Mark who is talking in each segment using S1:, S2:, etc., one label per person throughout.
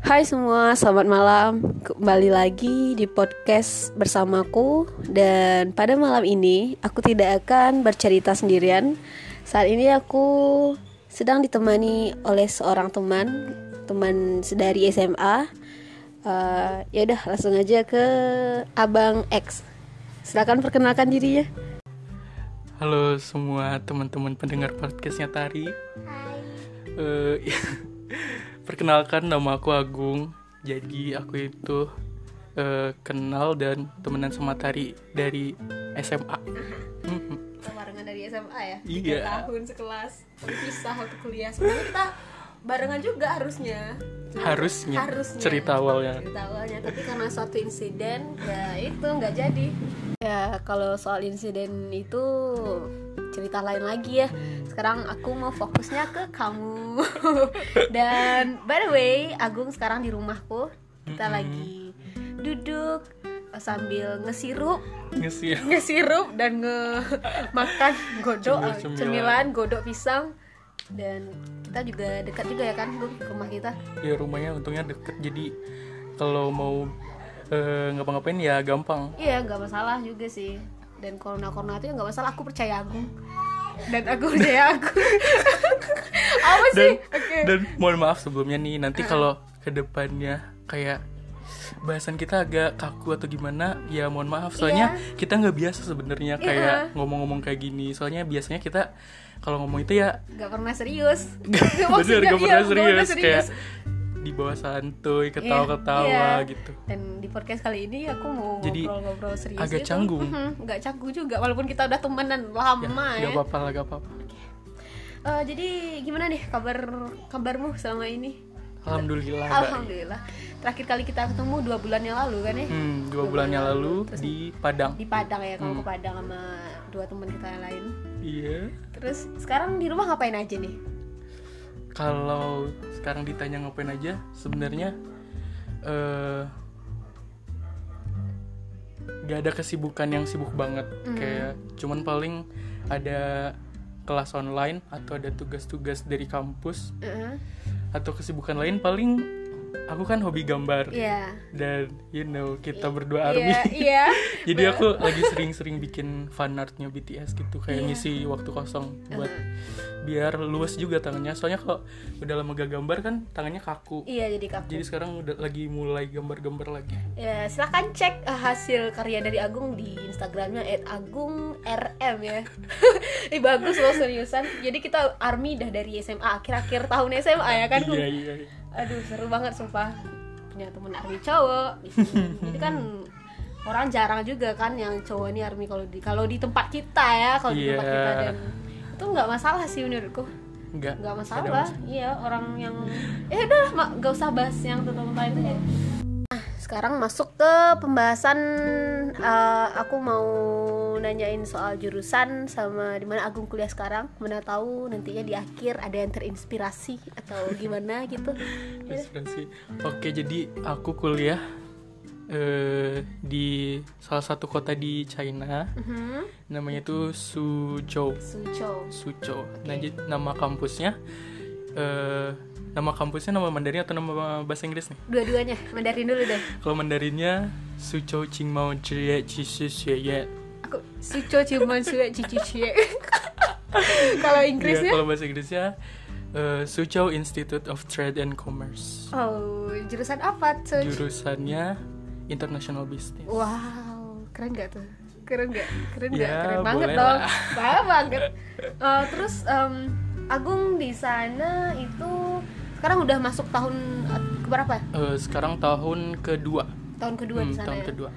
S1: Hai semua, selamat malam. Kembali lagi di podcast bersamaku dan pada malam ini aku tidak akan bercerita sendirian. Saat ini aku sedang ditemani oleh seorang teman, teman dari SMA. Eh, ya udah langsung aja ke Abang X. Silakan perkenalkan dirinya.
S2: Halo semua teman-teman pendengar podcastnya Tari. Eh, perkenalkan nama aku Agung. Jadi aku itu eh, kenal dan temenan sama Tari dari SMA. Mm-mm.
S1: Barengan dari SMA ya?
S2: Tiga Iya.
S1: tahun sekelas, berpisah waktu kuliah. Sebenarnya kita barengan juga harusnya.
S2: Harusnya,
S1: Harusnya.
S2: cerita awalnya.
S1: cerita awalnya tapi karena suatu insiden ya itu nggak jadi ya kalau soal insiden itu cerita lain lagi ya sekarang aku mau fokusnya ke kamu dan by the way Agung sekarang di rumahku kita lagi duduk eh, sambil ngesirup
S2: Ngesir.
S1: ngesirup dan nge makan godok eh,
S2: Cemilan-cemilan.
S1: cemilan godok pisang dan kita juga dekat juga ya kan Gung rumah kita
S2: Ya rumahnya untungnya deket. Jadi kalau mau eh, ngapa-ngapain ya gampang.
S1: Iya nggak masalah juga sih dan corona corona itu ya nggak masalah aku percaya Agung dan aku percaya aku apa sih
S2: Dan
S1: oke Ah.
S2: dan mohon maaf sebelumnya nih nanti kalau kedepannya kayak bahasan kita agak kaku atau gimana ya mohon maaf soalnya
S1: Iya.
S2: kita nggak biasa sebenarnya kayak ngomong-ngomong kayak gini soalnya biasanya kita kalau ngomong itu ya
S1: nggak pernah serius
S2: bener
S1: Maksudnya,
S2: nggak pernah
S1: iya, nggak
S2: serius kayak di bawah santuy ketawa-ketawa
S1: Iya.
S2: gitu
S1: dan di podcast kali ini aku mau
S2: Jadi,
S1: ngobrol-ngobrol serius
S2: agak
S1: gitu.
S2: canggung.
S1: Mhm, nggak canggung juga walaupun kita udah temenan lama ya,
S2: nggak apa-apa lah nggak apa-apa
S1: Eh, jadi gimana nih kabar kabarmu selama ini
S2: alhamdulillah baik.
S1: alhamdulillah terakhir kali kita ketemu dua bulan yang lalu kan ya
S2: hmm, dua bulannya lalu di Padang
S1: di Padang ya
S2: Hmm.
S1: kamu ke Padang sama dua teman kita yang lain
S2: iya
S1: terus sekarang di rumah ngapain aja nih
S2: kalau sekarang ditanya ngapain aja sebenarnya eh gak ada kesibukan yang sibuk banget
S1: Hmm.
S2: kayak cuman paling ada kelas online atau ada tugas-tugas dari kampus
S1: Heeh.
S2: atau kesibukan lain paling aku kan hobi gambar
S1: iya
S2: dan you know kita berdua army
S1: iya iya
S2: jadi aku lagi sering-sering bikin fan artnya BTS gitu
S1: Iya.
S2: kayak ngisi waktu kosong buat biar luas juga tangannya soalnya kalau udah lama gak gambar kan tangannya kaku
S1: iya jadi kaku
S2: jadi sekarang udah lagi mulai gambar-gambar lagi
S1: ya silahkan cek eh, hasil karya dari Agung di Instagramnya @agungrm ya Ih, bagus loh seriusan jadi kita army dah dari SMA akhir-akhir tahun SMA ya kan
S2: iya iya iya.
S1: aduh seru banget sumpah punya temen army cowok di sini. jadi kan orang jarang juga kan yang cowok ini army kalau di kalau di tempat kita ya kalau di tempat
S2: Iya.
S1: kita dan itu nggak masalah sih menurutku
S2: nggak
S1: nggak
S2: ada
S1: masalah iya orang yang eh udah lah, Ma. nggak usah bahas yang tentang tentang itu ya Nah, sekarang masuk ke pembahasan eh, aku mau nanyain soal jurusan sama di mana Agung kuliah sekarang mana tahu nantinya di akhir ada yang terinspirasi atau gimana gitu
S2: Inspirasi. oke jadi aku kuliah eh, di salah satu kota di China
S1: Mhm.
S2: namanya itu Suzhou
S1: Suzhou.
S2: Suzhou. Nah, jadi nama kampusnya eh nama kampusnya nama Mandarin atau nama bahasa Inggris nih?
S1: Dua-duanya, Mandarin dulu deh.
S2: Kalau Mandarinnya Suzhou Qingmao Zhie Qixi Xueye.
S1: Aku Suzhou cuman suwe cici cie. Kalau
S2: Iya,
S1: Inggrisnya?
S2: kalau bahasa Inggrisnya eh, Suzhou Institute of Trade and Commerce.
S1: Oh, jurusan apa tuh?
S2: Jurusannya International Business.
S1: Wow, keren gak tuh? Keren gak? Keren gak?
S2: Ya,
S1: keren banget
S2: boleh
S1: dong.
S2: lah.
S1: Parah banget. Eh, terus em, Agung di sana itu sekarang udah masuk tahun eh, keberapa?
S2: Eh, sekarang tahun kedua.
S1: Tahun kedua
S2: Hmm,
S1: di sana.
S2: tahun
S1: ya?
S2: kedua.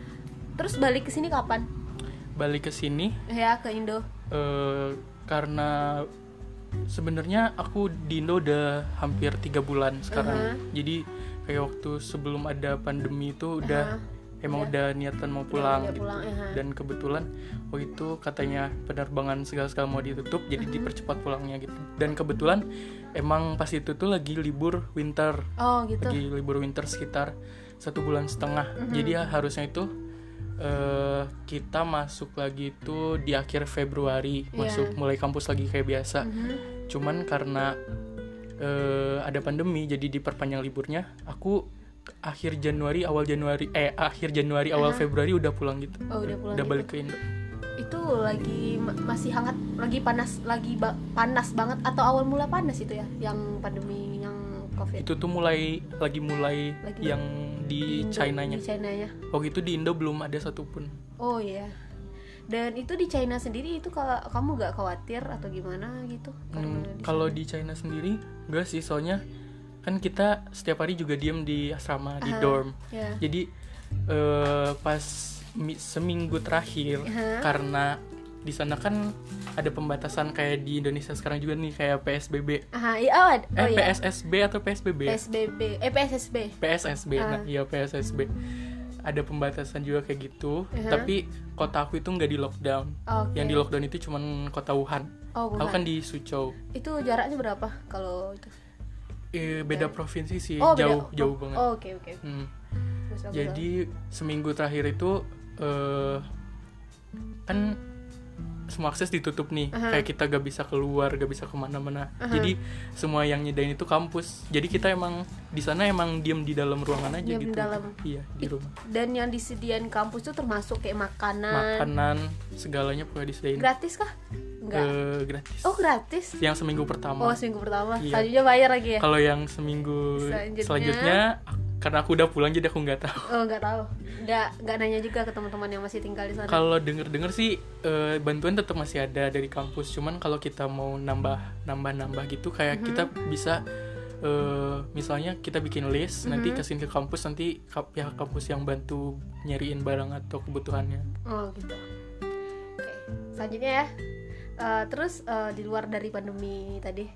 S1: Terus balik ke sini kapan?
S2: Balik ke sini
S1: Ya ke Indo.
S2: eh, karena sebenarnya aku di Indo udah hampir tiga bulan sekarang
S1: Uh-huh.
S2: jadi kayak waktu sebelum ada pandemi itu udah emang udah niatan mau pulang,
S1: Iya. udah
S2: gitu.
S1: pulang, uh-huh.
S2: dan kebetulan waktu itu katanya penerbangan segala-segala mau ditutup jadi dipercepat pulangnya gitu dan kebetulan emang pas itu tuh lagi libur winter
S1: Oh gitu.
S2: lagi libur winter sekitar satu bulan setengah
S1: Mm-hmm.
S2: jadi ya harusnya itu eh kita masuk lagi itu di akhir Februari
S1: Iya. Mm.
S2: masuk mulai kampus lagi kayak biasa
S1: Mm-hmm.
S2: cuman karena eh, ada pandemi jadi diperpanjang liburnya aku akhir Januari awal Januari eh akhir Januari awal Februari udah pulang gitu
S1: Oh, udah Mm-hmm. pulang gitu.
S2: balik ke Indo
S1: itu lagi ma- masih hangat lagi panas lagi ba- panas banget atau awal mula panas itu ya yang pandemi yang covid
S2: itu tuh mulai lagi mulai
S1: Lagi
S2: yang di China nya
S1: di Chinanya.
S2: waktu itu di Indo belum ada satupun
S1: oh iya dan itu di China sendiri itu kalau kamu gak khawatir atau gimana gitu karena
S2: Hmm,
S1: di
S2: kalau di China sendiri enggak sih soalnya kan kita setiap hari juga diem di asrama di
S1: Aha.
S2: dorm
S1: ya
S2: jadi eh, pas mi- seminggu terakhir
S1: Aha.
S2: karena di sana kan ada pembatasan kayak di Indonesia sekarang juga nih kayak PSBB
S1: Aha, iya, oh, ad-
S2: eh
S1: oh, iya.
S2: PSSB atau PSBB ya?
S1: PSBB eh PSSB
S2: PSSB nah
S1: Ah.
S2: iya PSSB ada pembatasan juga kayak gitu
S1: Aha. Iya.
S2: tapi kota aku itu nggak di lockdown
S1: Oke.
S2: yang di lockdown itu cuman kota Wuhan
S1: oh
S2: aku
S1: bukan
S2: kan di Suzhou
S1: itu jaraknya berapa kalau itu
S2: Eh, beda provinsi sih
S1: oh beda-
S2: jauh jauh
S1: oh,
S2: banget
S1: oh, oke oke Bagus,
S2: Hmm.
S1: bagus, bagus.
S2: jadi seminggu terakhir itu eh kan semua akses ditutup nih
S1: Aha.
S2: kayak kita gak bisa keluar gak bisa kemana-mana
S1: Aha.
S2: jadi semua yang nyedain itu kampus jadi kita emang di sana emang diem di dalam ruangan aja
S1: Diem
S2: gitu
S1: dalam.
S2: iya di rumah
S1: dan yang disediain kampus itu termasuk kayak makanan,
S2: makanan segalanya pokoknya disediain
S1: gratis kah enggak
S2: Eh, gratis
S1: oh gratis
S2: yang seminggu
S1: Oh
S2: pertama
S1: seminggu pertama,
S2: Iya.
S1: selanjutnya bayar lagi ya?
S2: kalau yang seminggu
S1: Selanjutnya.
S2: selanjutnya, ak- karena aku udah pulang jadi aku nggak tahu
S1: Oh nggak tahu, nggak nggak nanya juga ke teman-teman yang masih tinggal di sana.
S2: kalau denger-denger sih eh, bantuan tetap masih ada dari kampus cuman kalau kita mau nambah nambah nambah gitu kayak
S1: Mm-hmm.
S2: kita bisa eh, misalnya kita bikin list nanti
S1: Mm-hmm.
S2: kasihin ke kampus nanti ka- pihak kampus yang bantu nyariin barang atau kebutuhannya
S1: Oh gitu. Oke, selanjutnya ya. Eh, terus eh, di luar dari pandemi tadi,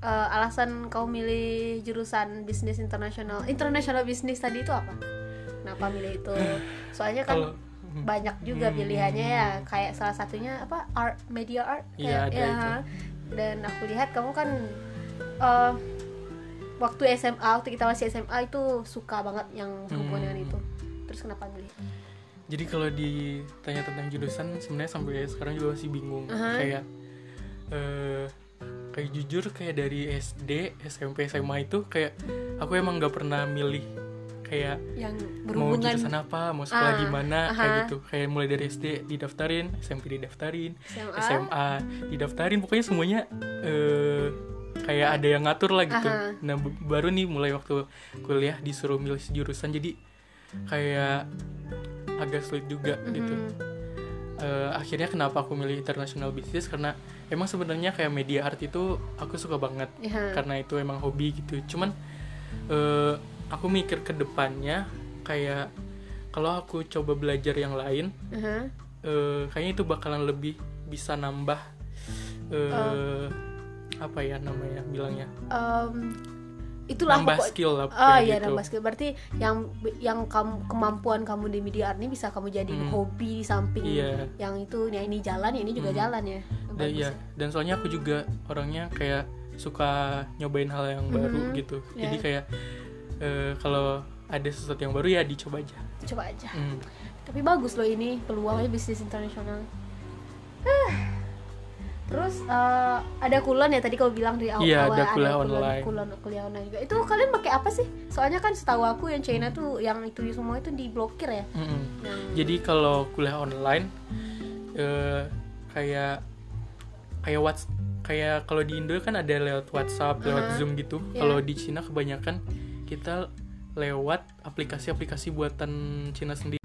S1: eh, alasan kau milih jurusan bisnis internasional, international bisnis tadi itu apa? Kenapa milih itu? Soalnya kan
S2: kalau hmm,
S1: banyak juga
S2: Hmm.
S1: pilihannya ya kayak salah satunya apa art media art kayak-
S2: Iya,
S1: ya.
S2: ada itu.
S1: dan aku lihat kamu kan eh, waktu SMA waktu kita masih SMA itu suka banget yang berhubungan dengan
S2: Hmm.
S1: itu terus kenapa milih
S2: Jadi kalau ditanya tentang jurusan sebenarnya sampai sekarang juga masih bingung
S1: Aha.
S2: kayak eh kayak jujur kayak dari SD SMP SMA itu kayak aku emang nggak pernah milih kayak
S1: yang
S2: mau
S1: berhubungan
S2: jurusan apa mau sekolah
S1: Ah,
S2: di mana kayak
S1: aha.
S2: gitu kayak mulai dari SD didaftarin SMP didaftarin
S1: SMA,
S2: SMA didaftarin pokoknya semuanya eh kayak ada yang ngatur lah gitu.
S1: Aha.
S2: Nah b- baru nih mulai waktu kuliah disuruh milih jurusan jadi kayak agak sulit juga gitu.
S1: Mhm.
S2: Eh, akhirnya kenapa aku milih international business karena emang sebenarnya kayak media art itu aku suka banget
S1: Iya.
S2: karena itu emang hobi gitu. Cuman eh, aku mikir ke depannya kayak kalau aku coba belajar yang lain
S1: Aha.
S2: eh, kayaknya itu bakalan lebih bisa nambah eh, apa ya namanya bilangnya
S1: Em, itulah
S2: nambah
S1: pokok-
S2: skill lah
S1: Oh
S2: kayak
S1: iya
S2: gitu.
S1: nambah skill. Berarti yang yang kamu kemampuan kamu di media art ini bisa kamu jadiin
S2: Hmm.
S1: hobi di samping
S2: Iya.
S1: yang itu ya ini jalan ya ini juga
S2: Hmm.
S1: jalan ya.
S2: dan
S1: Bagus
S2: iya,
S1: ya.
S2: dan soalnya aku juga orangnya kayak suka nyobain hal yang baru
S1: Mhm,
S2: gitu
S1: iya.
S2: jadi kayak eh, kalau ada sesuatu yang baru ya dicoba aja
S1: Coba aja.
S2: Hmm.
S1: Tapi bagus loh ini peluangnya bisnis internasional. Ah. Terus eh, ada kulon ya tadi kau bilang di awal
S2: Iya,
S1: awal
S2: ada kuliah online.
S1: kulon kuliah online juga. Itu kalian pakai apa sih? Soalnya kan setahu aku yang China tuh yang itu semua itu diblokir ya.
S2: Mm-mm.
S1: Yang
S2: jadi kalau kuliah online eh, kayak kayak whats kayak kalau di Indo kan ada lewat WhatsApp lewat
S1: Aha.
S2: Zoom gitu
S1: Iya.
S2: kalau di Cina kebanyakan kita lewat aplikasi-aplikasi buatan Cina sendiri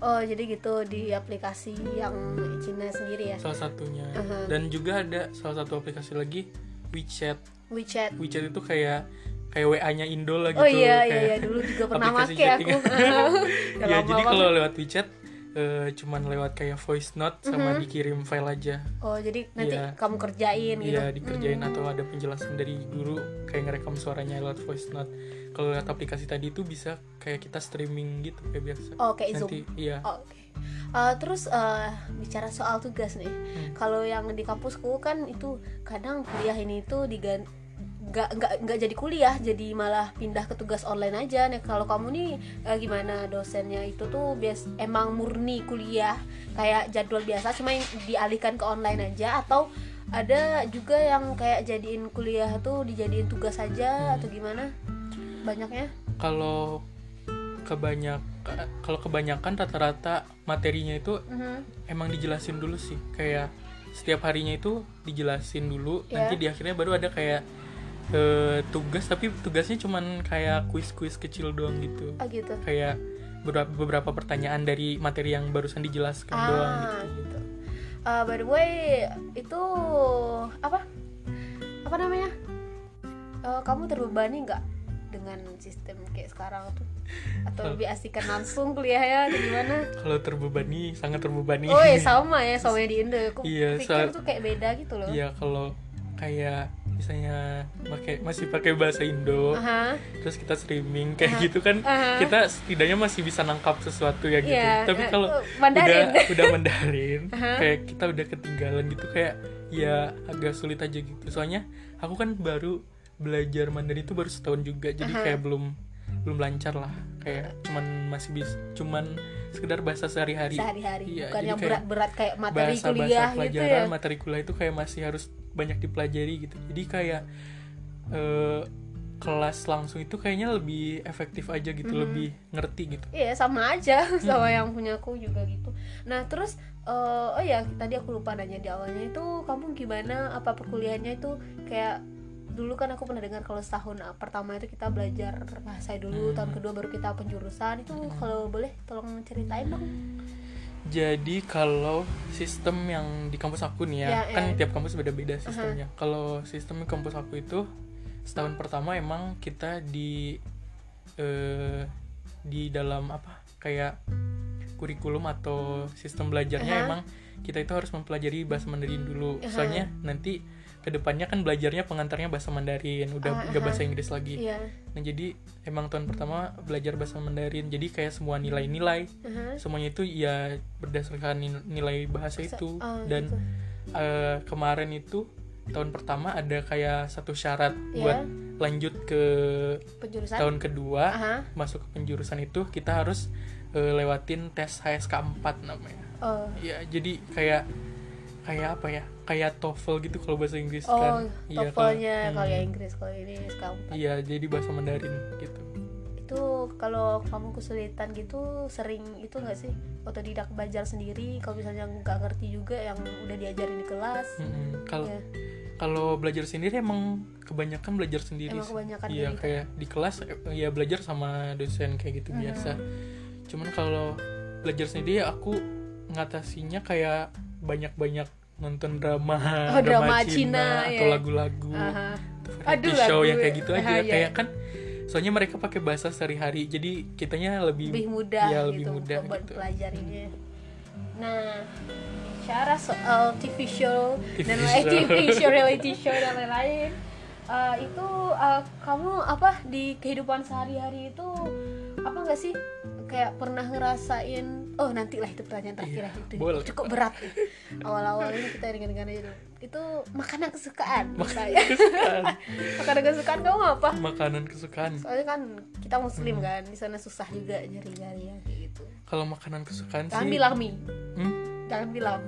S1: oh jadi gitu di aplikasi yang Cina sendiri ya.
S2: salah satunya
S1: Aha.
S2: dan juga ada salah satu aplikasi lagi WeChat
S1: WeChat.
S2: WeChat itu kayak kayak WA-nya Indo lah gitu
S1: Oh iya iya
S2: kayak-
S1: iya dulu juga pernah
S2: aplikasi
S1: pakai aku.
S2: chatting.
S1: Udah
S2: ya
S1: lama
S2: jadi
S1: banget.
S2: kalau lewat WeChat eh, cuman lewat kayak voice note
S1: Mm-hmm.
S2: sama dikirim file aja
S1: Oh jadi nanti
S2: Iya.
S1: kamu kerjain gitu.
S2: Iya dikerjain atau ada penjelasan dari guru kayak ngerekam suaranya lewat voice note. Kalau lewat aplikasi tadi itu bisa kayak kita streaming gitu kayak biasa.
S1: Oh kayak Zoom.
S2: Nanti iya.
S1: Oh, Oke. Eh, terus eh, bicara soal tugas nih, kalau yang di kampusku kan itu kadang kuliah ini tuh digan nggak nggak nggak jadi kuliah jadi malah pindah ke tugas online aja nah kalau kamu nih eh, gimana dosennya itu tuh bias emang murni kuliah kayak jadwal biasa cuma yang dialihkan ke online aja atau ada juga yang kayak jadiin kuliah tuh dijadiin tugas aja atau gimana banyaknya
S2: kalau kebanyak kalau kebanyakan rata-rata materinya itu
S1: Mhm.
S2: emang dijelasin dulu sih kayak setiap harinya itu dijelasin dulu
S1: Iya.
S2: nanti di akhirnya baru ada kayak eh, tugas tapi tugasnya cuman kayak kuis-kuis kecil doang gitu
S1: Ah gitu.
S2: kayak beberapa, beberapa pertanyaan dari materi yang barusan dijelaskan doang gitu.
S1: Ah gitu. Eh, by the way itu apa? Apa namanya? Eh, kamu terbebani nggak dengan sistem kayak sekarang tuh? Atau lebih asikan langsung kuliah ya atau gimana?
S2: Kalau terbebani, sangat terbebani.
S1: Oh iya sama ya sama yang di Indo. Aku
S2: Iya,
S1: pikir
S2: soal-
S1: tuh kayak beda gitu loh.
S2: Iya, kalau kayak misalnya pakai masih pakai bahasa Indo,
S1: Aha.
S2: terus kita streaming
S1: Ah.
S2: kayak gitu kan,
S1: Aha.
S2: kita setidaknya masih bisa nangkap sesuatu ya gitu.
S1: Iya,
S2: Tapi
S1: eh,
S2: kalau
S1: eh, Mandarin.
S2: udah udah Mandarin,
S1: Aha.
S2: kayak kita udah ketinggalan gitu kayak ya agak sulit aja gitu. Soalnya aku kan baru belajar Mandarin itu baru setahun juga, jadi kayak belum belum lancar lah kayak cuman masih bis cuman sekedar bahasa sehari-hari
S1: Sehari-hari
S2: Iya,
S1: bukan
S2: jadi
S1: yang
S2: kayak-
S1: berat-berat kayak materi
S2: bahasa
S1: kuliah
S2: bahasa
S1: gitu
S2: pelajaran
S1: ya.
S2: materi kuliah itu kayak masih harus banyak dipelajari gitu jadi kayak eh, kelas langsung itu kayaknya lebih efektif aja gitu
S1: Mhm.
S2: lebih ngerti gitu
S1: Iya sama aja sama
S2: Hmm.
S1: yang punya aku juga gitu. Nah terus eh, oh ya tadi aku lupa nanya di awalnya itu kamu gimana apa perkuliahannya itu kayak dulu kan aku pernah dengar kalau setahun eh, pertama itu kita belajar bahasa dulu
S2: Hmm.
S1: tahun kedua baru kita penjurusan itu kalau boleh tolong ceritain dong.
S2: jadi kalau sistem yang di kampus aku nih ya
S1: Ya,
S2: kan
S1: ya.
S2: tiap kampus beda-beda sistemnya kalau sistem di kampus aku itu setahun pertama emang kita di eh, di dalam apa kayak kurikulum atau sistem belajarnya
S1: Aha.
S2: emang kita itu harus mempelajari bahasa Mandarin dulu.
S1: Aha.
S2: Soalnya nanti kedepannya kan belajarnya pengantarnya bahasa Mandarin, udah
S1: Ah,
S2: nggak
S1: aha.
S2: bahasa Inggris lagi.
S1: Iya.
S2: Nah jadi emang tahun pertama belajar bahasa Mandarin, jadi kayak semua nilai-nilai
S1: Iya. Aha.
S2: semuanya itu ya berdasarkan ni- nilai bahasa itu.
S1: Ah,
S2: Dan
S1: gitu.
S2: eh, kemarin itu tahun pertama ada kayak satu syarat
S1: Iya.
S2: buat lanjut ke
S1: penjurusan.
S2: tahun kedua
S1: Aha.
S2: masuk ke penjurusan itu kita harus eh, lewatin tes HSK 4 namanya.
S1: Oh.
S2: Ya, jadi kayak kayak apa ya? Kayak TOEFL gitu kalau bahasa Inggris
S1: Oh,
S2: kan. Iya, kalau-
S1: TOEFL-nya
S2: hmm.
S1: kalau ya Inggris kalau ini sekarang
S2: Iya, jadi bahasa Mandarin gitu.
S1: itu kalau kamu kesulitan gitu sering itu nggak sih otodidak belajar sendiri kalau misalnya nggak ngerti juga yang udah diajarin di kelas
S2: Mm-mm. Hmm, Kalau
S1: ya
S2: kalau belajar sendiri emang kebanyakan belajar sendiri.
S1: Emang
S2: sih.
S1: kebanyakan
S2: Iya,
S1: gitu.
S2: kayak di kelas eh, ya belajar sama dosen kayak gitu biasa. Cuman kalau belajar sendiri aku ngatasinya kayak banyak-banyak nonton drama,
S1: Oh, drama Cina, ya.
S2: atau lagu-lagu.
S1: Aha.
S2: Aduh,
S1: Aduh,
S2: show
S1: lagu.
S2: yang kayak gitu aja
S1: Ah, iya.
S2: kayak kan soalnya mereka pakai bahasa sehari-hari jadi kitanya lebih
S1: lebih mudah
S2: ya, lebih
S1: gitu
S2: mudah
S1: buat
S2: gitu
S1: pelajarinya nah bicara soal TV show
S2: TV
S1: dan lain
S2: show.
S1: TV show reality show dan lain-lain eh, itu eh, kamu apa di kehidupan sehari-hari itu apa nggak sih kayak pernah ngerasain oh nantilah itu pertanyaan terakhir
S2: Iya,
S1: ya, itu
S2: boleh.
S1: cukup berat nih. awal-awal ini kita ringan-ringan aja dulu itu makanan kesukaan
S2: makanan
S1: saya
S2: kesukaan
S1: makanan kesukaan kamu apa
S2: makanan kesukaan
S1: soalnya kan kita muslim kan di sana susah juga nyari-nyari yang kayak gitu
S2: kalau makanan kesukaan
S1: Jangan
S2: sih
S1: bilang mie,
S2: hmm,
S1: jangan bilang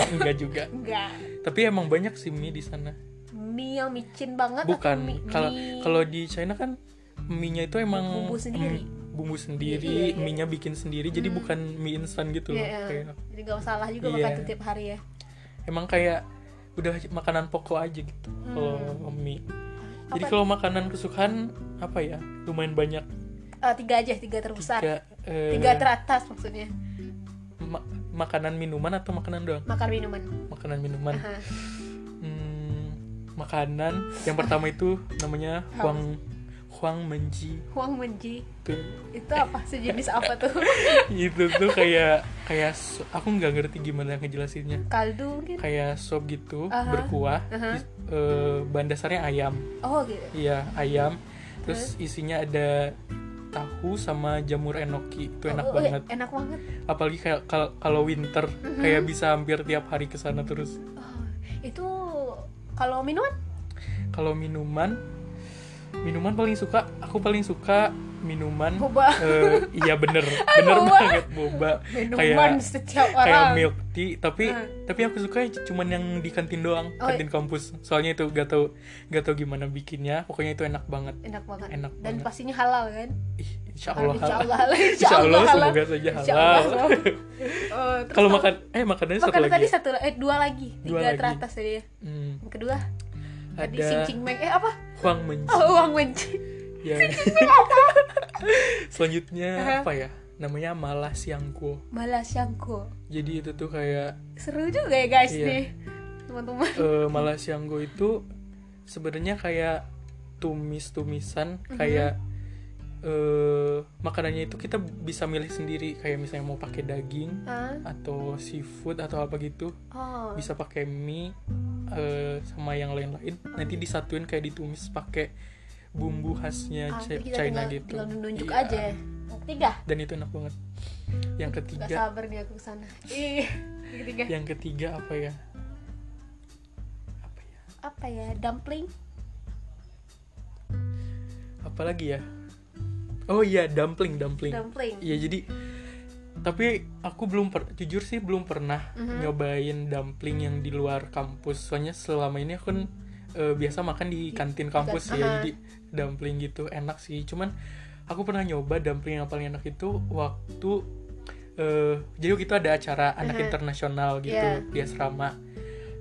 S2: enggak juga
S1: enggak.
S2: tapi emang banyak sih mie di sana
S1: Mie yang micin banget atau mie-
S2: bukan kalau
S1: mie-
S2: kalau di China kan mie-nya itu emang
S1: Bumbu sendiri.
S2: mm, bumbu sendiri
S1: Iya, iya, iya.
S2: mie-nya bikin sendiri jadi bukan mie instan gitu loh
S1: Iya, iya.
S2: Kayak-
S1: Jadi gak masalah juga
S2: Iya.
S1: makan itu tiap hari ya.
S2: emang kayak udah makanan pokok aja gitu
S1: Hmm.
S2: kalau mie jadi
S1: Apa-
S2: kalau makanan kesukaan apa ya lumayan banyak
S1: Eh, tiga aja, tiga terbesar. Tiga,
S2: tiga, eh,
S1: teratas maksudnya.
S2: ma- makanan minuman atau makanan doang
S1: Makan minuman.
S2: makanan minuman
S1: Aha.
S2: Hmm, makanan yang pertama itu namanya huang huang menji
S1: Huang menji.
S2: tuh
S1: Itu apa? Sejenis apa tuh?
S2: itu tuh kayak kayak so- aku nggak ngerti gimana ngejelasinnya
S1: Kaldu mungkin.
S2: kayak sop gitu
S1: Aha.
S2: berkuah
S1: Aha.
S2: is- eh, bahan dasarnya ayam
S1: Oh gitu.
S2: Iya, ayam. Terus isinya ada tahu sama jamur enoki. Itu enak
S1: Oh, oh,
S2: banget.
S1: Enak banget.
S2: Apalagi kayak kal- kalau winter
S1: Mhm.
S2: kayak bisa hampir tiap hari ke sana terus.
S1: Oh, itu kalau minuman
S2: Kalau minuman minuman paling suka aku paling suka minuman
S3: Boba.
S2: eh, iya bener bener
S3: boba.
S2: banget boba
S3: minuman setiap
S2: kayak
S3: orang Ah.
S2: milk tea tapi tapi aku suka ya, cuman yang di kantin doang
S3: Oh,
S2: kantin kampus soalnya itu gak tau gak tau gimana bikinnya pokoknya itu enak banget
S3: enak banget
S2: Enak
S3: dan
S2: banget.
S3: pastinya halal kan
S2: Ih, insya Allah
S3: insya
S2: halal.
S3: Allah halal
S2: insya Allah
S3: halal.
S2: semoga saja
S3: Insya
S2: halal
S3: Allah.
S1: Oh,
S3: Eh, terus
S2: kalau
S3: apa?
S2: makan eh makanannya satu
S3: makanan
S2: lagi
S3: Oh, tadi
S2: ya?
S3: satu eh dua lagi
S2: Dua
S3: tiga
S2: lagi.
S3: teratas tadi ya.
S2: Hmm,
S3: yang kedua tadi
S2: ada
S3: sing meng eh apa
S2: Huang Menci
S3: oh uang wenci
S2: yang selanjutnya apa ya namanya malas yang kuo
S3: malas yangko
S2: jadi itu tuh kayak
S3: seru juga ya guys
S2: Iya.
S3: nih teman-teman
S2: eh malas yang gue itu sebenarnya kayak tumis-tumisan
S3: Mhm.
S2: kayak eh makanannya itu kita bisa milih sendiri kayak misalnya mau pakai daging
S3: Ah,
S2: atau seafood atau apa gitu
S3: oh
S2: bisa pakai mie eh, sama yang lain-lain nanti disatuin kayak ditumis pakai bumbu
S3: Ah,
S2: khasnya Chi-
S3: nanti kita
S2: China
S3: tinggal,
S2: gitu
S3: tinggal nunjuk
S2: Iya.
S3: aja yang ketiga
S2: dan itu enak banget yang
S3: Gak
S2: ketiga
S3: sabar nih aku kesana Ih, yang ketiga
S2: yang ketiga apa ya apa ya
S3: apa ya dumpling
S2: apalagi ya oh iya dumpling dumpling
S3: dumpling
S2: iya jadi tapi aku belum per- jujur sih belum pernah
S3: Hmm.
S2: nyobain dumpling yang di luar kampus soalnya selama ini aku kan eh, biasa makan di kantin kampus ya
S3: kan, Aha.
S2: jadi dumpling gitu enak sih cuman aku pernah nyoba dumpling yang paling enak itu waktu eh, jadi waktu itu ada acara anak
S3: Aha.
S2: internasional gitu
S3: Iya.
S2: di asrama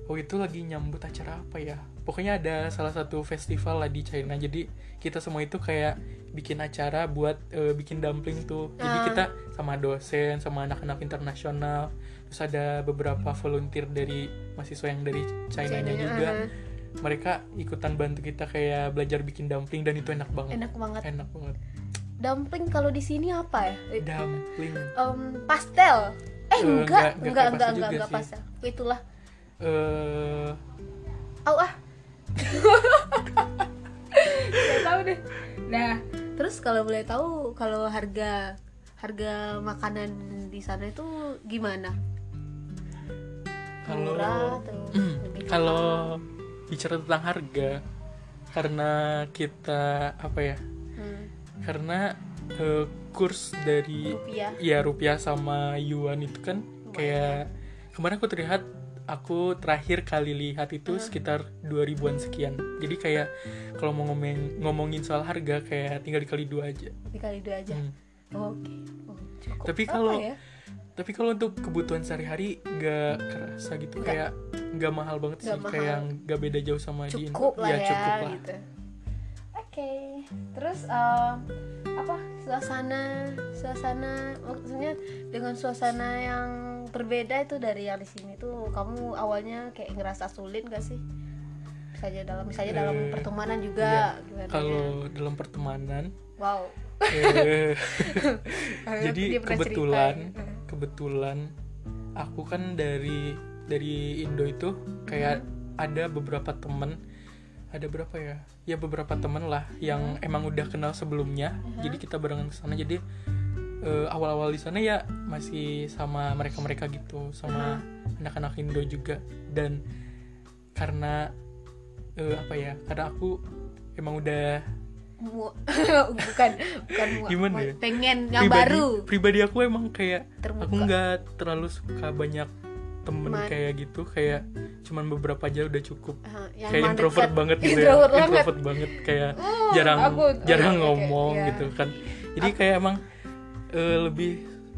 S2: Oh itu lagi nyambut acara apa ya? Pokoknya ada salah satu festival lah di China. Jadi kita semua itu kayak bikin acara buat eh, bikin dumpling tuh. Jadi
S3: Ah.
S2: kita sama dosen, sama anak-anak internasional. Terus ada beberapa volunteer dari mahasiswa yang dari China-nya
S3: China-nya, ah. uh-huh.
S2: juga.
S3: aha.
S2: Mereka ikutan bantu kita kayak belajar bikin dumpling dan itu enak banget.
S3: enak banget
S2: Enak banget.
S3: dumpling kalau di sini apa ya Eh,
S2: Dumpling.
S3: em, pastel eh
S2: Eh,
S3: enggak
S2: enggak,
S3: enggak
S2: enggak kayak
S3: enggak enggak
S2: pastel juga
S3: enggak
S2: sih.
S3: pastel itulah
S2: Eh
S3: Au ah. Gak tahu deh. Nah,
S1: Terus kalau boleh tahu kalau harga harga makanan di sana itu gimana?
S2: kalau Hmm,
S1: Murah atau lebih?
S2: kalau bicara tentang harga karena kita apa ya
S1: Hmm,
S2: karena eh, kurs dari
S1: Rupiah.
S2: ya rupiah sama yuan itu kan kayak kemarin aku terlihat aku terakhir kali lihat
S1: Hmm.
S2: itu sekitar 2000-an sekian jadi kayak kalau mau ngomong ngomongin soal harga kayak tinggal dikali dua aja
S1: dikali dua aja.
S2: Hmm.
S1: Oh, Oke. Oh, cukup.
S2: tapi
S1: Apa
S2: kalau
S1: ya?
S2: tapi kalau untuk kebutuhan sehari-hari gak kerasa gitu kayak gak mahal banget sih
S1: Ya. Nggak mahal.
S2: kayak gak beda jauh sama di
S1: cukup lah ya,
S2: cukup lah.
S1: gitu.
S3: oke. Terus em, apa?
S1: Suasana suasana maksudnya dengan suasana yang berbeda itu dari yang di sini tuh kamu awalnya kayak ngerasa sulit gak sih? Misalnya dalam misalnya dalam
S2: Eh,
S1: pertemanan
S2: Iya.
S1: juga gimana? ya?
S2: kalau dalam pertemanan
S1: Wow.
S3: Eh,
S2: eh,
S3: dia
S2: jadi
S3: pernah cerita. ya.
S2: kebetulan kebetulan aku kan dari dari Indo itu kayak
S3: Hmm.
S2: ada beberapa temen ada berapa ya ya beberapa temen lah yang
S3: Hmm.
S2: emang udah kenal sebelumnya jadi kita barengan ke sana jadi eh, awal-awal di sana ya masih sama mereka-mereka gitu sama
S3: Hmm.
S2: anak-anak Indo juga dan karena eh, apa ya karena aku emang udah
S3: Mu- bukan bukan mu-
S2: Gimana
S3: mu-
S2: ya?
S3: pengen yang
S2: pribadi,
S3: baru
S2: pribadi aku emang kayak
S3: Terbuka.
S2: aku nggak terlalu suka banyak temen
S3: Teman.
S2: kayak gitu kayak cuman beberapa aja udah cukup
S3: Ah, yang
S2: kayak
S3: emang
S2: introvert
S3: deket.
S2: banget gitu
S3: Introvert
S2: ya
S3: banget.
S2: introvert banget kayak
S1: Oh,
S2: jarang
S3: aku-
S1: ya,
S2: jarang
S3: Ah, Oh, oke, oke,
S2: ngomong
S3: iya.
S2: gitu kan jadi kayak emang eh, lebih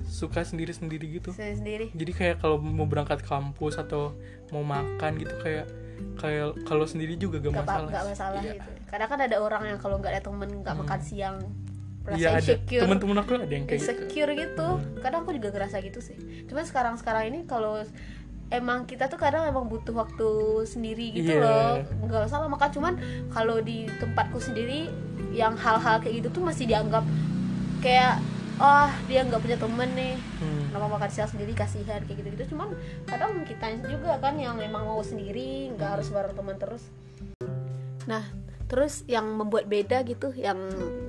S2: suka sendiri sendiri gitu
S3: Saya sendiri
S2: jadi kayak kalau mau berangkat kampus atau mau makan gitu kayak kayak kalau sendiri juga
S1: Gak,
S2: gak,
S1: apa-
S2: masalah
S1: gak
S2: sih.
S1: masalah
S2: Iya. Hmm.
S1: gitu. Kadang kan ada orang yang kalau nggak ada temen nggak makan siang merasa
S2: Iya ada
S1: insecure.
S2: teman-teman aku ada yang kayak gitu.
S1: insecure gitu kadang aku juga ngerasa gitu sih cuman sekarang sekarang ini kalau emang kita tuh kadang emang butuh waktu sendiri gitu
S2: Iya.
S1: loh nggak usah lama kan cuman kalau di tempatku sendiri yang hal-hal kayak gitu tuh masih dianggap kayak oh dia nggak punya temen nih
S2: Hmm.
S1: kenapa makan siang sendiri kasihan kayak gitu gitu cuman kadang kita juga kan yang emang mau sendiri nggak harus bareng teman terus nah terus yang membuat beda gitu yang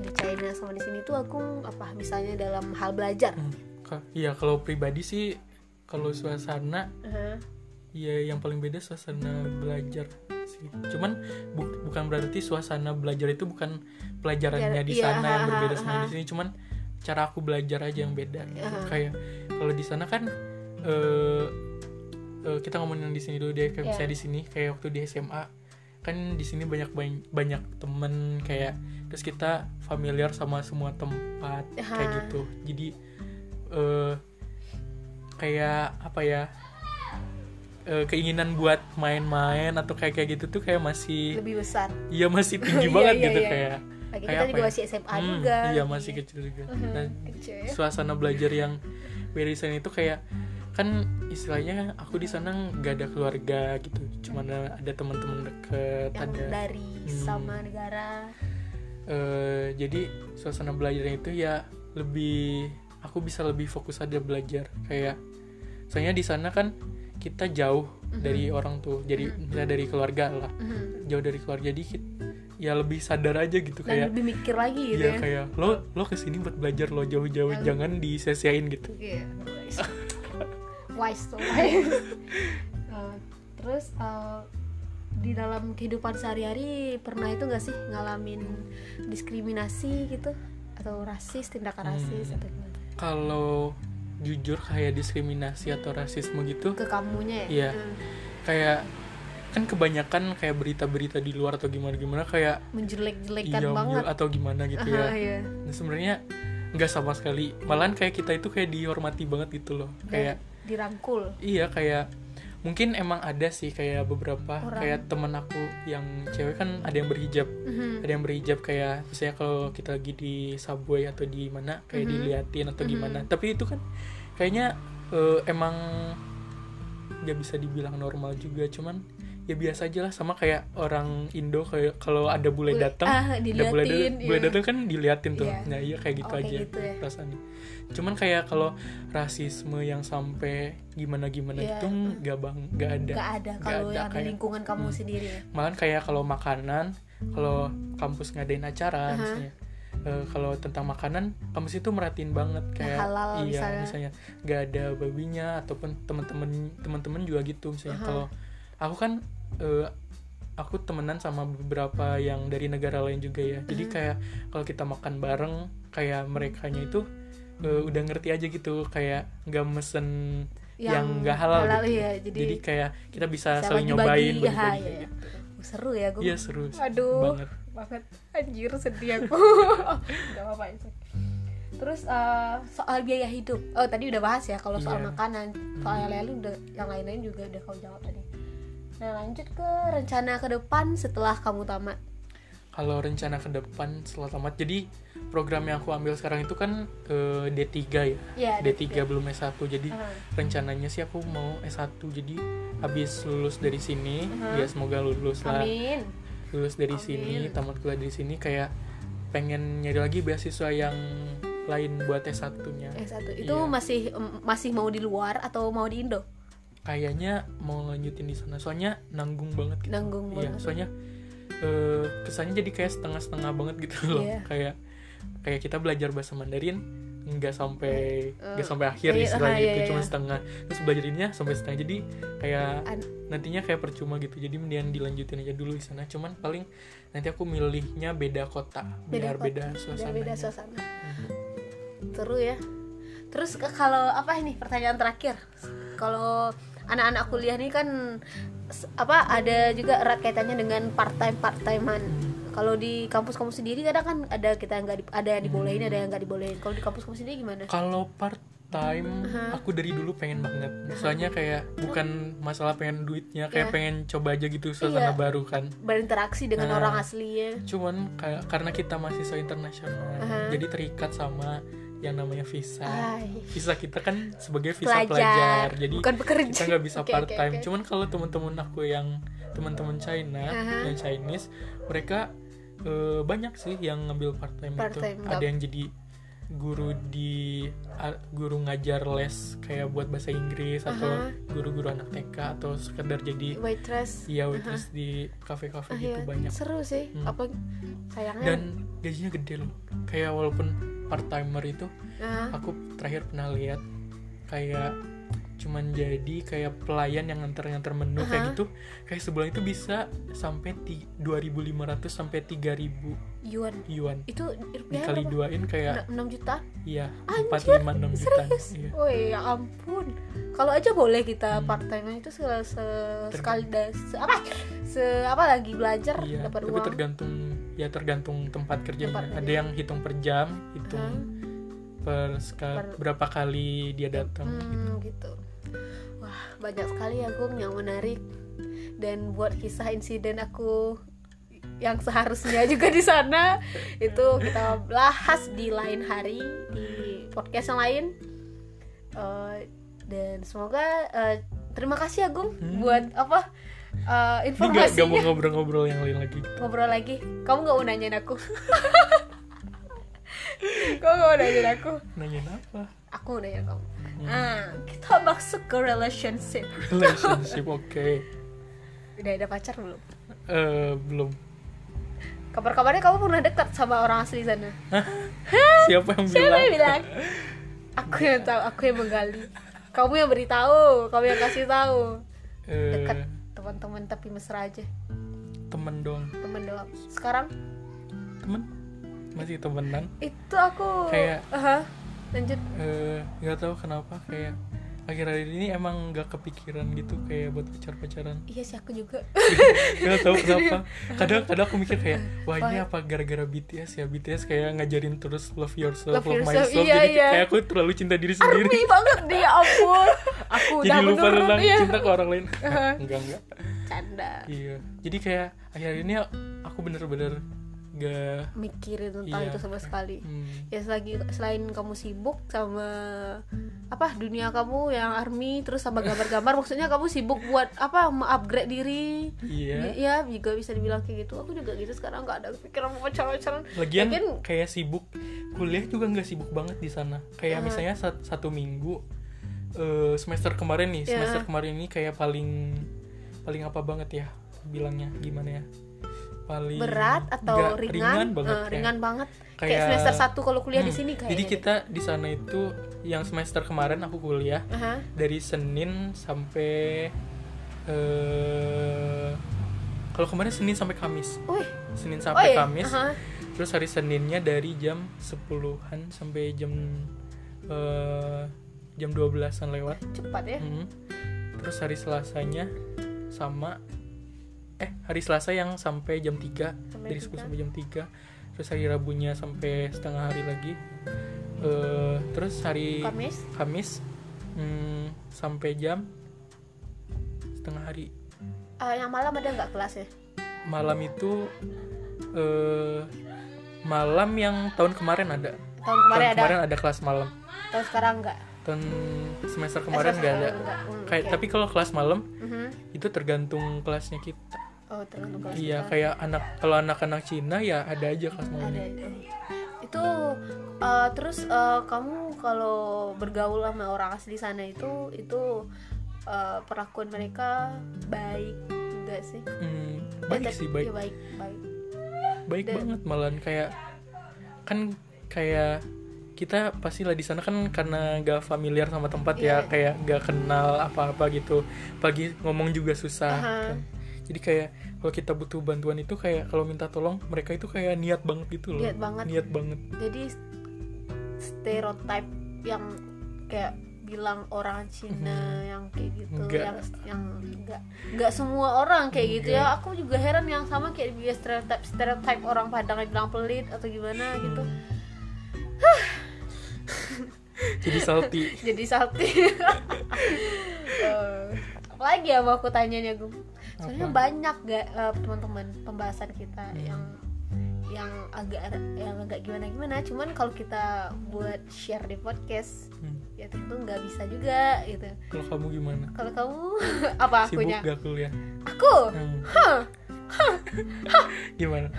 S1: di China sama di sini tuh aku apa misalnya dalam hal belajar
S2: Hmm, ka- Iya kalau pribadi sih kalau suasana
S1: Heeh.
S2: Uh-huh. Iya, ya yang paling beda suasana belajar sih. Cuman bu- bukan berarti suasana belajar itu bukan pelajarannya di
S1: Iya,
S2: sana
S1: ha,
S2: yang
S1: ha,
S2: berbeda sama
S1: ha.
S2: di sini. Cuman cara aku belajar aja yang beda. gitu.
S1: Iya.
S2: Kayak kalau di sana kan eh eh, kita ngomongin yang di sini dulu deh. Kayak
S1: Ya.
S3: Iya.
S2: misalnya di sini kayak waktu di SMA kan di sini banyak banyak, banyak temen kayak terus kita familiar sama semua tempat kayak
S1: Ha.
S2: gitu. Jadi eh kayak apa ya? eh, keinginan buat main-main atau kayak kayak gitu tuh kayak masih
S1: lebih besar
S2: iya masih tinggi
S1: Iya,
S2: banget
S1: iya,
S2: gitu
S1: iya,
S2: kayak
S1: lagi
S2: Kayak
S1: kita
S2: apa
S1: juga
S2: ya?
S1: masih SMA juga
S2: hmm,
S1: Mm-hmm. gitu
S2: iya masih kecil juga dan
S3: Kecil ya.
S2: suasana belajar yang berisan itu kayak kan istilahnya aku di sana nggak ada keluarga gitu cuma ada ada teman-teman deket
S1: yang
S2: ada
S1: dari
S2: Hmm.
S1: sama negara
S2: eh, jadi suasana belajarnya itu ya lebih aku bisa lebih fokus aja belajar kayak soalnya di sana kan kita jauh dari orang tuh jadi misalnya dari keluarga lah
S1: Mhm.
S2: jauh dari keluarga dikit ya lebih sadar aja gitu
S1: dan
S2: kayak
S1: lebih mikir lagi gitu
S2: ya
S1: ya
S2: kayak lo lo kesini buat belajar lo jauh-jauh jangan disesiain gitu
S3: Iya, wise. wise tuh wise.
S1: Uh, terus uh, di dalam kehidupan sehari-hari pernah itu nggak sih ngalamin diskriminasi gitu atau rasis
S2: Hmm.
S1: tindakan rasis atau gimana
S2: kalau jujur kayak diskriminasi atau rasisme gitu
S1: ke kamunya ya
S2: Iya.
S1: Hmm.
S2: kayak kan kebanyakan kayak berita-berita di luar atau gimana-gimana kayak
S1: menjelek-jelekan
S2: iya
S1: banget
S2: atau gimana gitu
S1: Aha,
S2: ya
S1: iya.
S2: Nah, sebenarnya nggak sama sekali malahan kayak kita itu kayak dihormati banget gitu loh
S1: Dan
S2: kayak
S1: dirangkul
S2: Iya kayak mungkin emang ada sih kayak beberapa
S1: Orang.
S2: kayak teman aku yang cewek kan ada yang berhijab,
S1: Mhm.
S2: ada yang berhijab kayak misalnya kalau kita lagi di subway atau di mana kayak diliatin atau gimana. Tapi itu kan kayaknya eh, emang nggak bisa dibilang normal juga, cuman ya biasa aja lah sama kayak orang Indo kayak kalau ada bule
S1: Bule-
S2: datang,
S1: ah,
S2: ada bule
S1: diliatin,
S2: datang, bule
S1: iya.
S2: datang kan diliatin tuh.
S1: Iya.
S2: Nah iya kayak gitu
S1: Oh, kayak
S2: aja
S1: gitu ya.
S2: perasaannya. Cuman kayak kalau rasisme yang sampai gimana gimana
S1: Iya,
S2: gitu nggak bang nggak ada.
S1: nggak ada
S2: Nggak
S1: kalau yang
S2: ada
S1: di
S2: kayak- hmm.
S1: lingkungan kamu sendiri ya
S2: Malahan kayak kalau makanan, kalau kampus ngadain
S1: Aha.
S2: acara misalnya. eh, kalau tentang makanan, kampus itu merhatiin banget kayak
S1: halal
S2: iya
S1: misalnya.
S2: misalnya nggak ada babinya ataupun teman-teman teman-teman juga gitu misalnya kalau aku kan eh, aku temenan sama beberapa yang dari negara lain juga ya jadi kayak kalau kita makan bareng kayak merekanya itu eh, udah ngerti aja gitu kayak nggak mesen yang nggak halal, gitu.
S1: iya, jadi,
S2: jadi kayak kita
S1: Bisa
S2: bisa saling
S1: bagi-bagi,
S2: nyobain
S1: ya,
S2: bagi-bagi
S1: ya.
S2: gitu.
S1: Oh, seru ya gue
S2: iya seru
S3: Aduh.
S2: banget
S3: banget anjir sedih aku
S1: Oh,
S3: nggak apa-apa Isek. terus eh,
S1: soal biaya hidup oh tadi udah bahas ya kalau soal
S2: Iya.
S1: makanan soal yang lain udah yang lain-lain juga udah kau jawab tadi nah lanjut ke rencana ke depan setelah kamu tamat
S2: kalau rencana ke depan setelah tamat jadi program yang aku ambil sekarang itu kan eh, D3 ya
S1: Iya,
S2: D3 belum S1 jadi
S1: Ah.
S2: rencananya sih aku mau S1 jadi habis lulus dari sini ya semoga lulus
S1: Uh-huh.
S2: lah
S1: amin
S2: lulus dari sini tamat kuliah dari sini kayak pengen nyari lagi beasiswa yang lain buat S1 nya
S1: eh satu itu
S2: Iya.
S1: masih em, masih mau di luar atau mau di Indo
S2: kayaknya mau lanjutin di sana soalnya nanggung banget gitu
S1: nanggung
S2: Iya,
S1: banget
S2: soalnya eh, kesannya jadi kayak setengah-setengah banget gitu loh.
S1: Iya.
S2: Kayak kayak kita belajar bahasa Mandarin nggak sampai nggak sampai akhir
S1: iya,
S2: istilah
S1: aha,
S2: gitu,
S1: iya,
S2: cuma
S1: iya.
S2: setengah. Terus belajarinnya sampai setengah. Jadi kayak
S1: An-
S2: nantinya kayak percuma gitu. Jadi mendingan dilanjutin aja dulu di sana. Cuman paling nanti aku milihnya beda kota,
S1: Beda
S2: biar beda Hmm.
S1: beda
S2: suasana.
S1: beda suasana seru ya terus ke- kalau apa ini pertanyaan terakhir kalau anak-anak kuliah nih kan s- apa ada juga erat kaitannya dengan part time part timean kalau di kampus kamu sendiri kadang kan ada kita yang nggak di- ada yang dibolehin ada yang nggak dibolehin kalau di kampus kamu sendiri gimana
S2: Kalau part time aku dari dulu pengen banget. Soalnya kayak bukan masalah pengen duitnya,
S1: Iya.
S2: kayak pengen coba aja gitu suasana
S1: Iya.
S2: baru kan.
S1: berinteraksi dengan
S2: Nah.
S1: orang asli ya
S2: cuman kayak karena kita mahasiswa internasional
S1: Aha.
S2: jadi terikat sama yang namanya visa
S1: Hai.
S2: visa kita kan sebagai visa
S1: Pelajar,
S2: pelajar, jadi
S1: bukan bekerja.
S2: kita nggak bisa
S1: Oke,
S2: part
S1: oke,
S2: time
S1: oke.
S2: cuman kalau teman-teman aku yang teman-teman China
S1: Aha.
S2: yang Chinese mereka eh, banyak sih yang ngambil part time
S1: Part
S2: itu
S1: time,
S2: ada
S1: tau.
S2: yang jadi guru di a- guru ngajar les kayak buat bahasa Inggris atau
S1: Aha.
S2: guru-guru anak TK atau sekedar jadi
S1: waitress
S2: iya waitress di kafe-kafe
S1: Ah,
S2: gitu
S1: iya.
S2: banyak
S1: seru sih
S2: Hmm.
S1: apa sayangnya
S2: dan gajinya gede loh kayak walaupun part timer itu
S1: ah,
S2: aku terakhir pernah lihat kayak cuman jadi kayak pelayan yang nganter-nganter menu kayak gitu kayak sebulan itu bisa sampai ti- 2.500 sampai 3.000
S1: Yuan
S2: yuan
S1: itu rupiah
S2: dikali ya. duain kayak
S1: enam juta
S2: iya
S1: Anjir,
S2: 4 5 6 juta iya.
S1: Woi, ya ampun. Kalau aja boleh kita part time itu se, se- sekali da- se- apa? Se apa lagi belajar
S2: Iya,
S1: dapat
S2: tapi
S1: uang.
S2: tergantung ya tergantung tempat kerjanya.
S1: Tempat
S2: Ada yang hitung per jam, hitung
S1: Hah?
S2: per, ska-
S1: Per-
S2: berapa kali dia datang.
S1: Hmm, gitu. Wah, banyak sekali ya Gum yang menarik dan buat kisah insiden aku yang seharusnya juga di sana itu kita bahas di lain hari di podcast yang lain Eh, dan semoga eh, terima kasih Agung
S2: Hmm.
S1: buat apa eh,
S2: Ini gak,
S1: informasinya
S2: mau ngobrol-ngobrol yang lain lagi.
S1: ngobrol lagi kamu nggak mau nanyain aku
S3: Kok gak nanyain aku?
S2: Nanyain apa?
S1: aku mau nanyain kamu
S2: Hmm.
S1: ah kita masuk ke relationship
S2: Relationship, oke.
S1: udah ada pacar belum
S2: Eh, belum.
S1: kabar-kabarnya kamu pernah dekat sama orang asli sana
S2: Siapa yang
S1: siapa
S2: bilang?
S1: yang bilang aku yang tahu aku yang menggali kamu yang beritahu kamu yang kasih tahu
S2: Eh,
S1: dekat teman-teman tapi mesra aja
S2: temen dong.
S1: temen doang sekarang
S2: Temen? Masih temenan?
S1: itu aku
S2: Kayak-
S1: Aha, lanjut
S2: Eh, gak tahu kenapa kayak akhir-akhir ini emang gak kepikiran gitu kayak buat pacar-pacaran.
S1: iya sih aku juga
S2: Gak tau kenapa Kadang kadang aku mikir kayak Wah ini apa gara-gara BTS ya BTS kayak ngajarin terus Love yourself,
S1: Love
S2: love,
S1: yourself,
S2: myself
S1: iya,
S2: Jadi
S1: iya.
S2: kayak aku terlalu cinta diri sendiri
S1: army banget dia ampun aku udah
S2: Jadi lupa
S1: menurun
S2: tentang
S1: ya
S2: cinta ke orang lain
S1: Uh-huh.
S2: Enggak, enggak
S1: canda
S2: Iya Jadi kayak akhir ini aku bener-bener Gak
S1: mikirin tentang
S2: Iya.
S1: itu sama sekali
S2: hmm,
S1: ya selagi selain kamu sibuk sama apa dunia kamu yang army terus sama gambar-gambar maksudnya kamu sibuk buat apa upgrade diri
S2: Iya
S1: ya juga bisa dibilang kayak gitu aku juga gitu sekarang nggak ada pikiran mau pacaran-pacaran
S2: Lagian
S1: Lagian-
S2: kayak sibuk Kuliah juga nggak sibuk banget di sana Kayak misalnya sat- satu minggu eh, Semester kemarin nih
S1: Iya.
S2: Semester kemarin ini kayak paling Paling apa banget ya Bilangnya gimana ya Paling
S1: berat atau
S2: nggak,
S1: ringan Eh, ringan banget,
S2: kayak-
S1: kayak, semester satu kalau kuliah di
S2: Hmm,
S1: sini gitu. kayaknya
S2: Jadi kita di sana itu yang semester kemarin aku kuliah
S1: Aha.
S2: dari Senin sampai eh kalau kemarin Senin sampai Kamis.
S1: Wih.
S2: Senin
S1: oh
S2: sampai
S1: iya
S2: Kamis.
S1: Aha.
S2: Terus hari Seninnya dari jam 10-an sampai jam eh jam 12-an lewat.
S1: cepat ya
S2: Hmm. Terus hari Selasanya sama eh hari Selasa yang sampai jam 3
S1: Sampai
S2: dari 10
S1: tiga.
S2: sampai jam 3. Terus hari Rabunya sampai setengah hari lagi. Eh terus hari
S1: Kamis
S2: Kamis hmm, sampai jam setengah hari.
S1: eh, yang malam ada nggak ya? kelasnya
S2: Malam itu eh malam yang tahun kemarin ada.
S1: tahun
S2: Tahun
S1: kemarin ada
S2: kemarin ada kelas malam.
S1: tahun sekarang nggak
S2: Tahun semester kemarin nggak ada.
S1: Enggak. Hmm,
S2: Kayak
S1: oke.
S2: tapi kalau kelas malam
S1: Mhm.
S2: itu tergantung kelasnya kita.
S1: oh tergantung kelas
S2: Iya,
S1: kita.
S2: kayak anak kalau anak-anak Cina ya ada aja kelas
S1: ada
S2: malamnya.
S1: oh. itu eh, terus eh, kamu kalau bergaul sama orang asli sana itu itu eh, perlakuan mereka baik enggak sih
S2: Hmm,
S1: Ya,
S2: baik
S1: tapi-
S2: sih, baik.
S1: ya, baik baik
S2: Baik
S1: Dan-
S2: banget malahan kayak kan kayak kita pasti lah di sana kan karena gak familiar sama tempat
S1: Iya.
S2: ya, kayak gak kenal apa-apa gitu. Pagi ngomong juga susah
S1: Aha.
S2: kan. Jadi kayak kalau kita butuh bantuan itu kayak kalau minta tolong mereka itu kayak niat banget gitu loh.
S1: Niat banget.
S2: Niat banget.
S1: jadi stereotype yang kayak bilang orang Cina
S2: Hmm.
S1: yang kayak gitu
S2: Enggak.
S1: yang yang enggak enggak semua orang kayak gitu ya aku juga heran yang sama kayak dia stereotype stereotype orang Padang yang bilang pelit atau gimana gitu
S2: Hmm. Jadi salty.
S1: jadi sakti Eh, apa lagi ya mau aku tanyanya gue soalnya
S2: Apa? Hmm.
S1: banyak gak eh, teman-teman pembahasan kita yang yang agak yang agak gimana gimana cuman kalau kita buat share di podcast
S2: Hmm.
S1: ya tentu nggak bisa juga gitu
S2: Kalau kamu gimana?
S1: kalau kamu apa
S2: Sibuk
S1: akunya
S2: gak kuliah?
S1: aku
S2: Hmm. Gimana?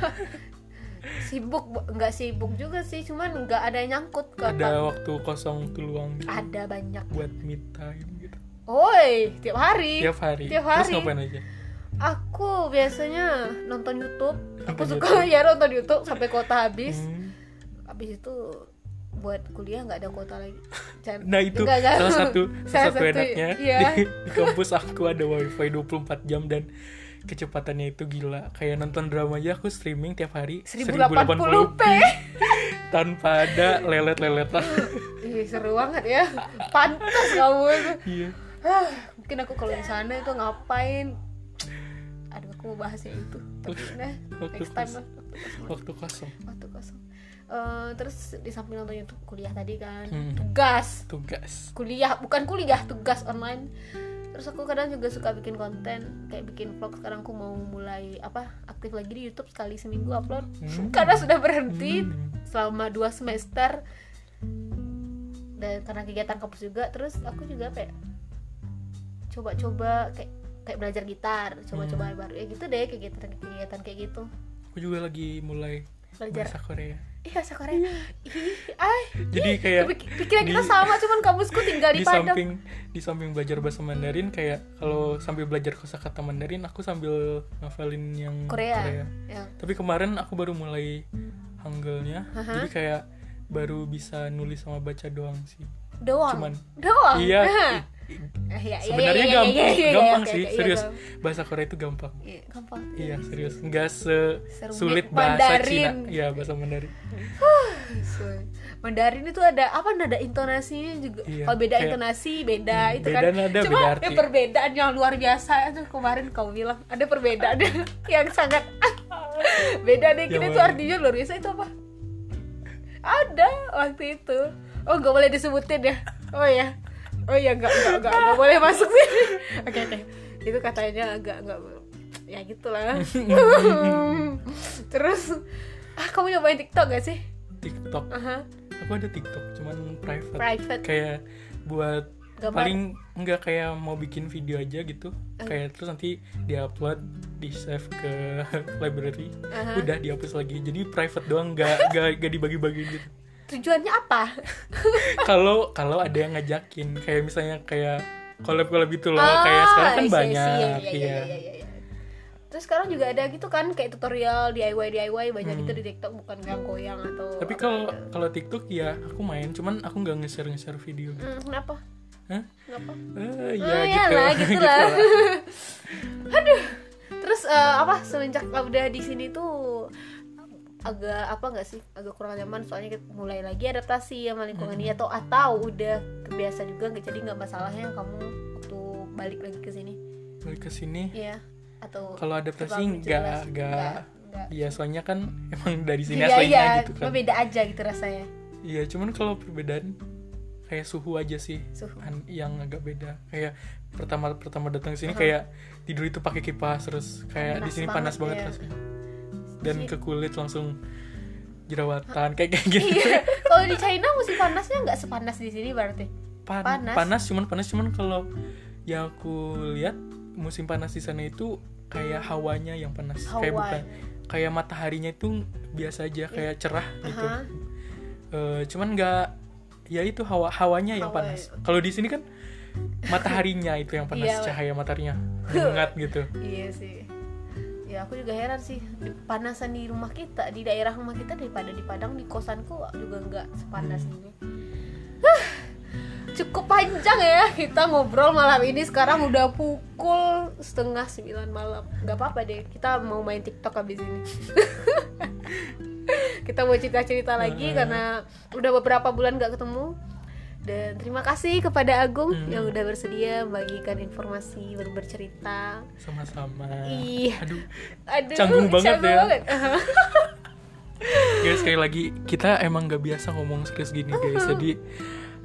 S1: sibuk bu- nggak sibuk juga sih cuman nggak ada yang nyangkut ke
S2: Ada waktu kosong waktu luang gitu
S1: ada banyak
S2: buat me time gitu.
S1: oi tiap hari
S2: Tiap hari.
S1: Iya, Tiap
S2: Terus
S1: hari.
S2: ngapain aja?
S1: Aku biasanya nonton YouTube. Aku
S2: Nonton
S1: suka ya nonton YouTube sampai kuota habis.
S2: Hmm.
S1: Habis itu
S4: buat kuliah nggak ada kuota lagi Jangan-
S2: Nah itu
S4: Nggak, nggak.
S2: salah satu salah
S1: Salah
S2: satu
S1: satu,
S2: enaknya
S1: iya.
S2: di, di kampus aku ada wifi 24 jam dan kecepatannya itu gila. Kayak nonton drama aja aku streaming tiap hari
S1: 1080p.
S2: tanpa ada lelet-leletan.
S1: Ih, seru banget ya. Pantas kamu itu.
S2: Iya.
S1: Hah, mungkin aku kalau di sana itu ngapain? Aduh, aku mau bahasnya itu. Tapi nah,
S2: Waktu
S1: next time
S2: kosong.
S1: lah.
S2: Waktu kosong
S1: Waktu kosong. Eh, terus di samping nonton YouTube kuliah tadi kan,
S2: Hmm.
S1: tugas,
S2: tugas.
S1: kuliah bukan kuliah, tugas online. Terus aku kadang juga suka bikin konten, kayak bikin vlog. Sekarang aku mau mulai apa? Aktif lagi di YouTube sekali seminggu upload.
S2: Hmm.
S1: Karena sudah berhenti
S2: Hmm.
S1: selama dua semester dan karena kegiatan kampus juga terus aku juga kayak coba-coba kayak kayak belajar gitar coba-coba hal baru ya gitu deh kegiatan-kegiatan kayak gitu
S2: Aku juga lagi mulai
S1: belajar
S2: bahasa Korea.
S1: iya bahasa Korea ih ay
S2: Jadi kayak
S1: pik- pikiran kita
S2: di-
S1: sama cuman kampusku tinggal di,
S2: di
S1: Padang
S2: samping di samping belajar bahasa Mandarin kayak kalau sambil belajar kosakata Mandarin aku sambil ngafalin yang
S1: Korea, ya
S2: tapi kemarin aku baru mulai hanggelnya jadi kayak baru bisa nulis sama baca doang sih
S1: doang
S2: cuman
S1: doang
S2: iya
S1: Nah.
S2: i-
S1: Ah, iya, iya,
S2: sebenarnya
S1: iya, iya,
S2: gampang
S1: iya, iya, iya,
S2: gampang
S1: oke, oke,
S2: sih
S1: iya,
S2: serius
S1: gampang.
S2: bahasa Korea itu gampang
S1: Iya, gampang
S2: iya serius nggak se
S1: Serumit
S2: sulit bahasa
S1: Mandarin.
S2: Cina iya bahasa Mandarin
S1: Sesuai. Mandarin itu ada apa nada intonasinya juga.
S2: Iya,
S1: Kalau beda
S2: kayak- Hmm,
S1: intonasi beda itu
S2: beda
S1: kan.
S2: nada,
S1: Cuma
S2: beda
S1: ada
S2: arti.
S1: perbedaan yang luar biasa itu kemarin kau bilang ada perbedaan yang sangat beda deh
S2: Yang
S1: kira itu
S2: mana?
S1: artinya luar biasa itu apa? Ada waktu itu. Oh nggak boleh disebutin ya. Oh ya. Oh ya nggak nggak nggak nggak boleh masuk sini. Oke oke. Itu katanya agak nggak ya gitulah. Terus ah kamu nyobain TikTok gak sih?
S2: TikTok
S1: Aha.
S2: aku ada TikTok cuman private,
S1: Private.
S2: kayak buat
S1: Gambar.
S2: paling enggak kayak mau bikin video aja gitu
S1: Eh.
S2: kayak terus nanti diupload di save ke library udah dihapus lagi jadi private doang nggak nggak nggak dibagi-bagi gitu
S1: Tujuannya apa?
S2: kalau kalau ada yang ngajakin kayak misalnya kayak collab collab gitu loh kayak
S1: Ah,
S2: sekarang
S1: I see,
S2: kan
S1: I see. Iya,
S2: banyak
S1: iya, iya,
S2: iya.
S1: iya, iya, iya. Terus sekarang juga ada gitu kan kayak tutorial DIY DIY banyak gitu di TikTok bukan yang goyang atau
S2: Hmm. tapi
S1: apa
S2: kalau
S1: gitu.
S2: kalau TikTok ya aku main cuman aku nggak nge-share nge-share video gitu.
S1: Hmm, kenapa?
S2: Hah?
S1: Kenapa?
S2: Eh,
S1: Oh,
S2: ya gitu,
S1: iyalah, gitu lah.
S2: lah.
S1: Terus eh, apa semenjak udah di sini tuh agak apa nggak sih agak kurang nyaman soalnya kita mulai lagi adaptasi sama lingkungan
S2: Hmm.
S1: dia atau atau udah kebiasaan juga nggak- jadi nggak masalahnya kamu waktu balik lagi ke sini
S2: Balik ke sini
S1: ya atau
S2: Iya. Kalau adaptasi
S1: terlalu
S2: enggak,
S1: jelas?
S2: enggak.
S1: enggak.
S2: Iya, soalnya kan emang dari sini
S1: Iya,
S2: aslinya
S1: iya,
S2: gitu
S1: cuma
S2: kan.
S1: beda aja gitu rasanya.
S2: Iya, cuman kalau perbedaan kayak suhu aja sih.
S1: Suhu.
S2: An- Yang agak beda. Kayak pertama pertama datang ke sini kayak tidur itu pakai kipas terus kayak di
S1: Panas
S2: sini
S1: banget,
S2: panas banget
S1: iya.
S2: rasanya. Dan ke kulit langsung jerawatan kayak kayak gitu.
S1: Iya, kalau di China musim panasnya nggak sepanas di sini berarti.
S2: Pan-
S1: Panas.
S2: panas. cuman panas cuman kalau yang aku lihat musim panas di sana itu kayak hawanya yang panas kayak bukan kayak mataharinya itu biasa aja kayak cerah gitu
S1: Iya. Aha.
S2: Eh, cuman nggak ya itu hawa hawanya yang
S1: Hawa.
S2: panas kalau di sini kan mataharinya itu yang panas
S1: Iya.
S2: cahaya mataharinya menyengat gitu
S1: Iya sih. Ya aku juga heran sih di- panasan di rumah kita di daerah rumah kita daripada di Padang di kosanku juga nggak sepanas ini. Huh, Cukup panjang ya kita ngobrol malam ini sekarang udah pukul setengah sembilan malam nggak apa-apa deh kita mau main TikTok habis ini kita mau cerita-cerita lagi karena udah beberapa bulan nggak ketemu dan terima kasih kepada Agung
S2: Hmm.
S1: yang udah bersedia membagikan informasi ber- bercerita
S2: sama-sama
S1: Iya.
S2: aduh
S1: Aduh,
S2: Canggung banget
S1: canggung
S2: ya.
S1: banget.
S2: guys sekali lagi kita emang nggak biasa ngomong serius gini guys jadi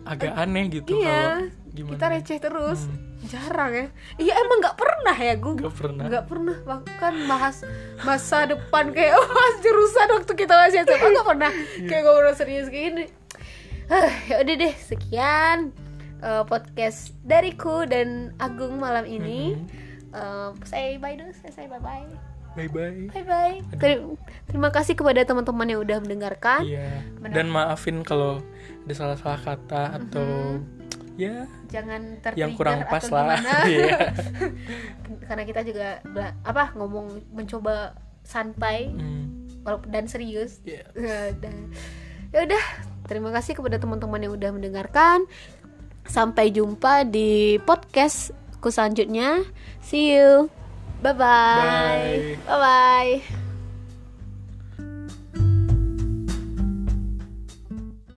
S2: agak aneh gitu
S1: Uh-huh. Iya,
S2: kalau gimana
S1: Kita receh terus.
S2: Hmm.
S1: Jarang ya. Iya emang nggak pernah ya gue.
S2: Nggak pernah.
S1: Nggak pernah bahkan bahas masa depan kayak bahas jurusan waktu kita masih SMA nggak pernah
S2: Iya.
S1: kayak ngobrol serius gini. Hah, ya udah deh sekian eh, podcast dariku dan Agung malam ini. Eh,
S2: Mm-hmm.
S1: saya bye dulu, saya bye bye.
S2: bye bye
S1: Bye bye. Terima kasih kepada teman-teman yang udah mendengarkan.
S2: Iya. Dan maafin kalau ada salah-salah kata atau ya
S1: jangan ter
S2: yang kurang pas
S1: Mm-hmm. atau
S2: lah.
S1: gimana
S2: Iya.
S1: karena kita juga bela- apa ngomong mencoba santai
S2: Hmm.
S1: walaupun dan serius
S2: Iya.
S1: ya udah Terima kasih kepada teman-teman yang udah mendengarkan. Sampai jumpa di podcastku selanjutnya. See you. Bye-bye.
S2: Bye.
S1: Bye-bye.